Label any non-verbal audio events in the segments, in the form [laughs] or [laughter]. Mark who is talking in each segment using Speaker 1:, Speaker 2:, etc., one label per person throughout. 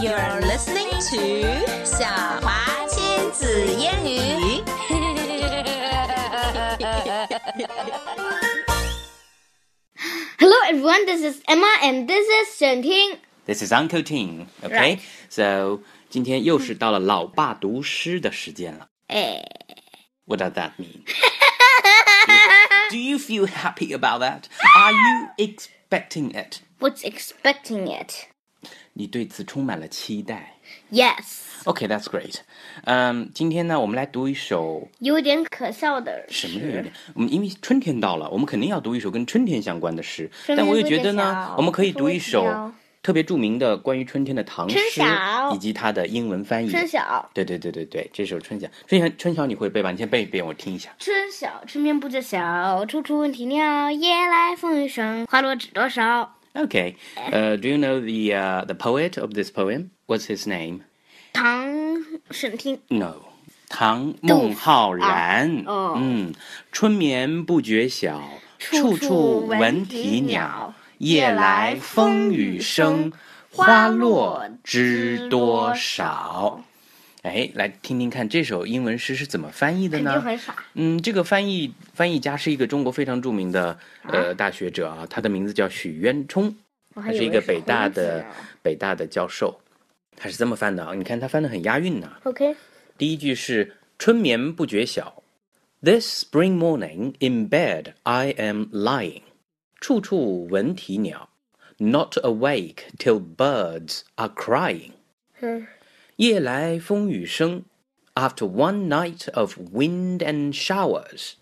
Speaker 1: You're listening to 小华亲子英语。
Speaker 2: Hello everyone, this is Emma and this is Shen Ting.
Speaker 3: This is Uncle Ting. Okay,
Speaker 2: Right.
Speaker 3: so 今天又是到了老爸读诗的时间了。
Speaker 2: 哎
Speaker 3: What does that
Speaker 2: [laughs]
Speaker 3: mean? Do you feel happy about that? Are you expecting it?
Speaker 2: was expecting it.
Speaker 3: 你对此充满了期待。
Speaker 2: Yes.
Speaker 3: Okay, that's great. 嗯、今天呢，我们来读一首
Speaker 2: 有点可笑的
Speaker 3: 什
Speaker 2: 是，
Speaker 3: 么呢？有点，我们因为春天到了，我们肯定要读一首跟春天相关的诗。
Speaker 2: 春天
Speaker 3: 但我也
Speaker 2: 不
Speaker 3: 觉
Speaker 2: 得
Speaker 3: 得呢
Speaker 2: 小，
Speaker 3: 我们可以
Speaker 2: 不
Speaker 3: 读
Speaker 2: 得
Speaker 3: 一
Speaker 2: 小
Speaker 3: 首特别著名的关于春天的唐
Speaker 2: 春
Speaker 3: 诗
Speaker 2: 晓，
Speaker 3: 以及它的英文翻译。
Speaker 2: 春晓，
Speaker 3: 对对对对对，这首《春晓》，春晓，春晓你会背吧？你先背一遍，我听一下。
Speaker 2: 春晓，春眠不觉晓，处处闻啼鸟，夜来风雨声，花落知多少。
Speaker 3: Okay, uh, do you know the uh, the poet of this poem? What's his name?
Speaker 2: 唐沈听
Speaker 3: No，唐孟浩然。
Speaker 2: 哦
Speaker 3: 嗯，春眠不觉晓，
Speaker 2: 处
Speaker 3: 处
Speaker 2: 处
Speaker 3: 处
Speaker 2: 闻
Speaker 3: 闻
Speaker 2: 啼
Speaker 3: 啼
Speaker 2: 鸟
Speaker 3: 鸟。
Speaker 2: 夜
Speaker 3: 夜
Speaker 2: 来
Speaker 3: 来
Speaker 2: 风
Speaker 3: 风
Speaker 2: 雨
Speaker 3: 雨
Speaker 2: 声
Speaker 3: 声，
Speaker 2: 花
Speaker 3: 花
Speaker 2: 落
Speaker 3: 落
Speaker 2: 知多
Speaker 3: 知多少。哎，来听听看这首英文诗是怎么翻译的
Speaker 2: 肯
Speaker 3: 呢？
Speaker 2: 定很傻。
Speaker 3: 嗯，这个翻译翻译家是一个中国非常著名的呃大学者啊，他的名字叫许渊冲，
Speaker 2: 我还
Speaker 3: 他
Speaker 2: 以
Speaker 3: 是一
Speaker 2: 为
Speaker 3: 个北
Speaker 2: 孔
Speaker 3: 大
Speaker 2: 子啊
Speaker 3: 的
Speaker 2: 呢
Speaker 3: 北大的教授，他是这么翻的啊，你看他翻的很押韵呐、
Speaker 2: OK，
Speaker 3: 第一句是春眠不觉晓，This spring morning in bed I am lying，处处闻啼鸟，Not awake till birds are crying。
Speaker 2: 嗯，
Speaker 3: 夜来风雨声，After one night of wind and showers，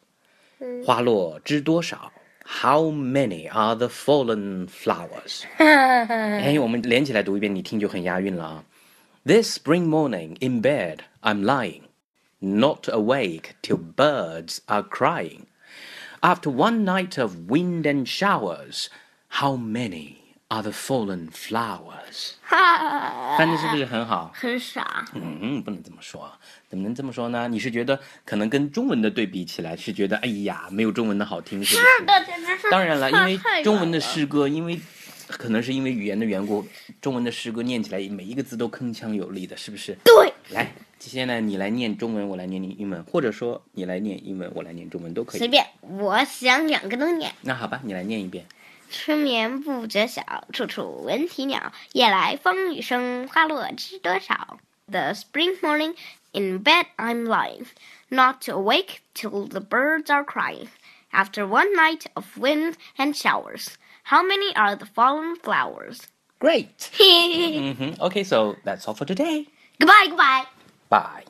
Speaker 3: 花落知多少？How many are the fallen flowers？哎，我们连起来读一遍，你听就很押韵了啊。This spring morning in bed I'm lying, not awake till birds are crying. After one night of wind and showers, how many are the fallen flowers？
Speaker 2: 哈，
Speaker 3: 翻的是不是很好？
Speaker 2: 很傻。
Speaker 3: 嗯，不能这么说，怎么能这么说呢？你是觉得可能跟中文的对比起来，是觉得哎呀，没有中文的好听，是不
Speaker 2: 是
Speaker 3: 是？
Speaker 2: 的，简直是
Speaker 3: 当然了，因
Speaker 2: 差 [laughs]
Speaker 3: 为
Speaker 2: 太远
Speaker 3: 中文的
Speaker 2: 了
Speaker 3: 诗歌，因为可能是因为语言的缘故，中文的诗歌念起来每一个字都铿锵有力的，是不是？
Speaker 2: 对。
Speaker 3: 来，现在你来念中文，我来念你英文，或者说你来念英文，我来念中文都可
Speaker 2: 随
Speaker 3: 以。
Speaker 2: 便，我想两个都念。
Speaker 3: 那好吧，你来念一遍。
Speaker 2: 春眠不觉晓，处处闻啼鸟。夜来风雨声，花落知多少。The spring morning, in bed I'm lying, not awake till the birds are crying. After one night of wind and showers, how many are the fallen flowers? [laughs]
Speaker 3: Great.
Speaker 2: goodbye,
Speaker 3: 嗯 Mm-hmm. Okay, so that's all for today.
Speaker 2: goodbye.
Speaker 3: Bye.